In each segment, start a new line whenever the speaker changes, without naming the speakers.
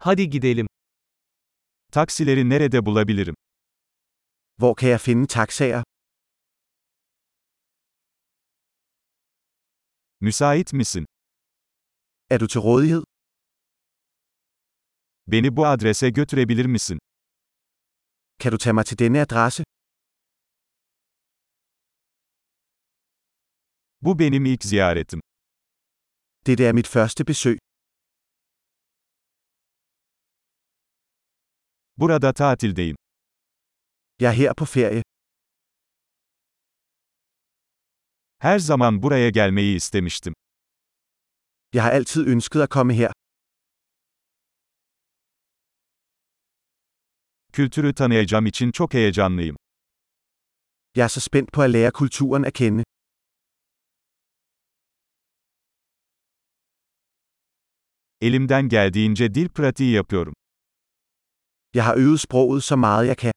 Hadi gidelim. Taksileri nerede bulabilirim?
Hvor kan jeg finde taxaer?
Müsait misin?
Er du til rådighed?
Beni bu adrese götürebilir misin?
Kan du tage mig til denne adresse?
Bu benim ilk ziyaretim.
Dette er mit første besøg.
Burada tatildeyim.
Jeg er her på ferie.
Her zaman buraya gelmeyi istemiştim.
Jeg har altid ønsket at komme her.
Kültürü tanıyacağım için çok heyecanlıyım.
Jeg er så spændt på at lære kulturen at kende.
Elimden geldiğince dil pratiği yapıyorum.
Jeg har øvet sproget så meget jeg kan.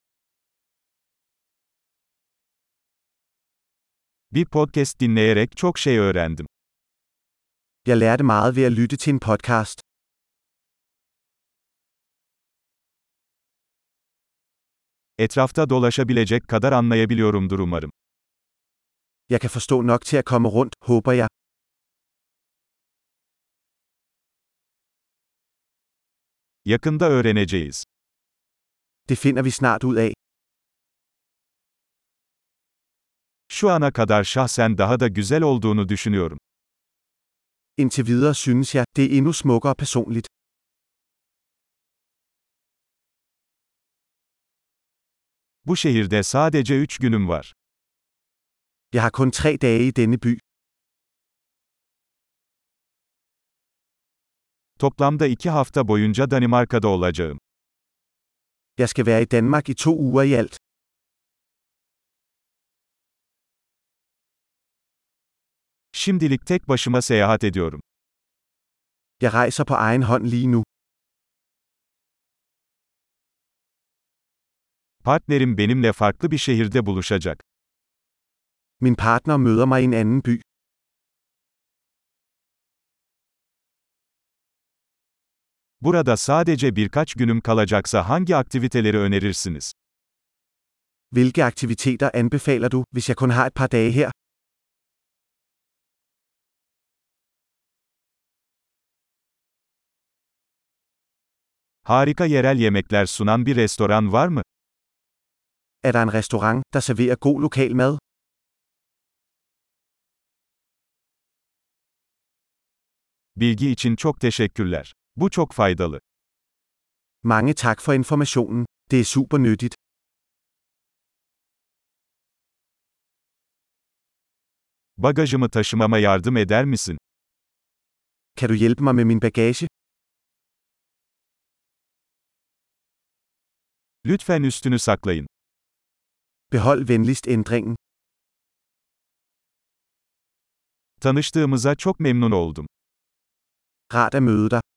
Bir podcast dinleyerek çok şey öğrendim.
Jeg lærte meget ved at lytte til en podcast.
Etrafta dolaşabilecek kadar anlayabiliyorumdur umarım.
Jeg kan forstå nok til at komme rundt, håber jeg.
Yakında öğreneceğiz.
Det finder vi snart ud af.
Şu ana kadar şahsen daha da güzel olduğunu düşünüyorum.
Indtil videre synes jeg, det er endnu smukkere personligt.
Bu şehirde sadece 3 günüm var.
Jeg har kun tre dage i denne by.
Toplamda 2 hafta boyunca Danimarka'da olacağım.
Jeg skal være i Danmark i to uger i alt.
Şimdilik tek başıma seyahat ediyorum.
Jeg rejser på egen hånd lige nu.
Partnerim benimle farklı bir şehirde buluşacak.
Min partner møder mig i en anden by.
Burada sadece birkaç günüm kalacaksa hangi aktiviteleri önerirsiniz?
Hvilke aktiviteter anbefaler du, hvis jeg kun har et par dage her?
Harika yerel yemekler sunan bir restoran var mı?
Er der en restaurant, der serverer god lokal mad?
Bilgi için çok teşekkürler. Bu çok faydalı.
Mange tak for informationen. Det er super nyttigt.
Bagajımı taşımama yardım eder misin?
Kan du hjælpe mig med min bagage?
Lütfen üstünü saklayın.
Behold venligst ændringen.
Tanıştığımıza çok memnun oldum.
Rart at møde dig.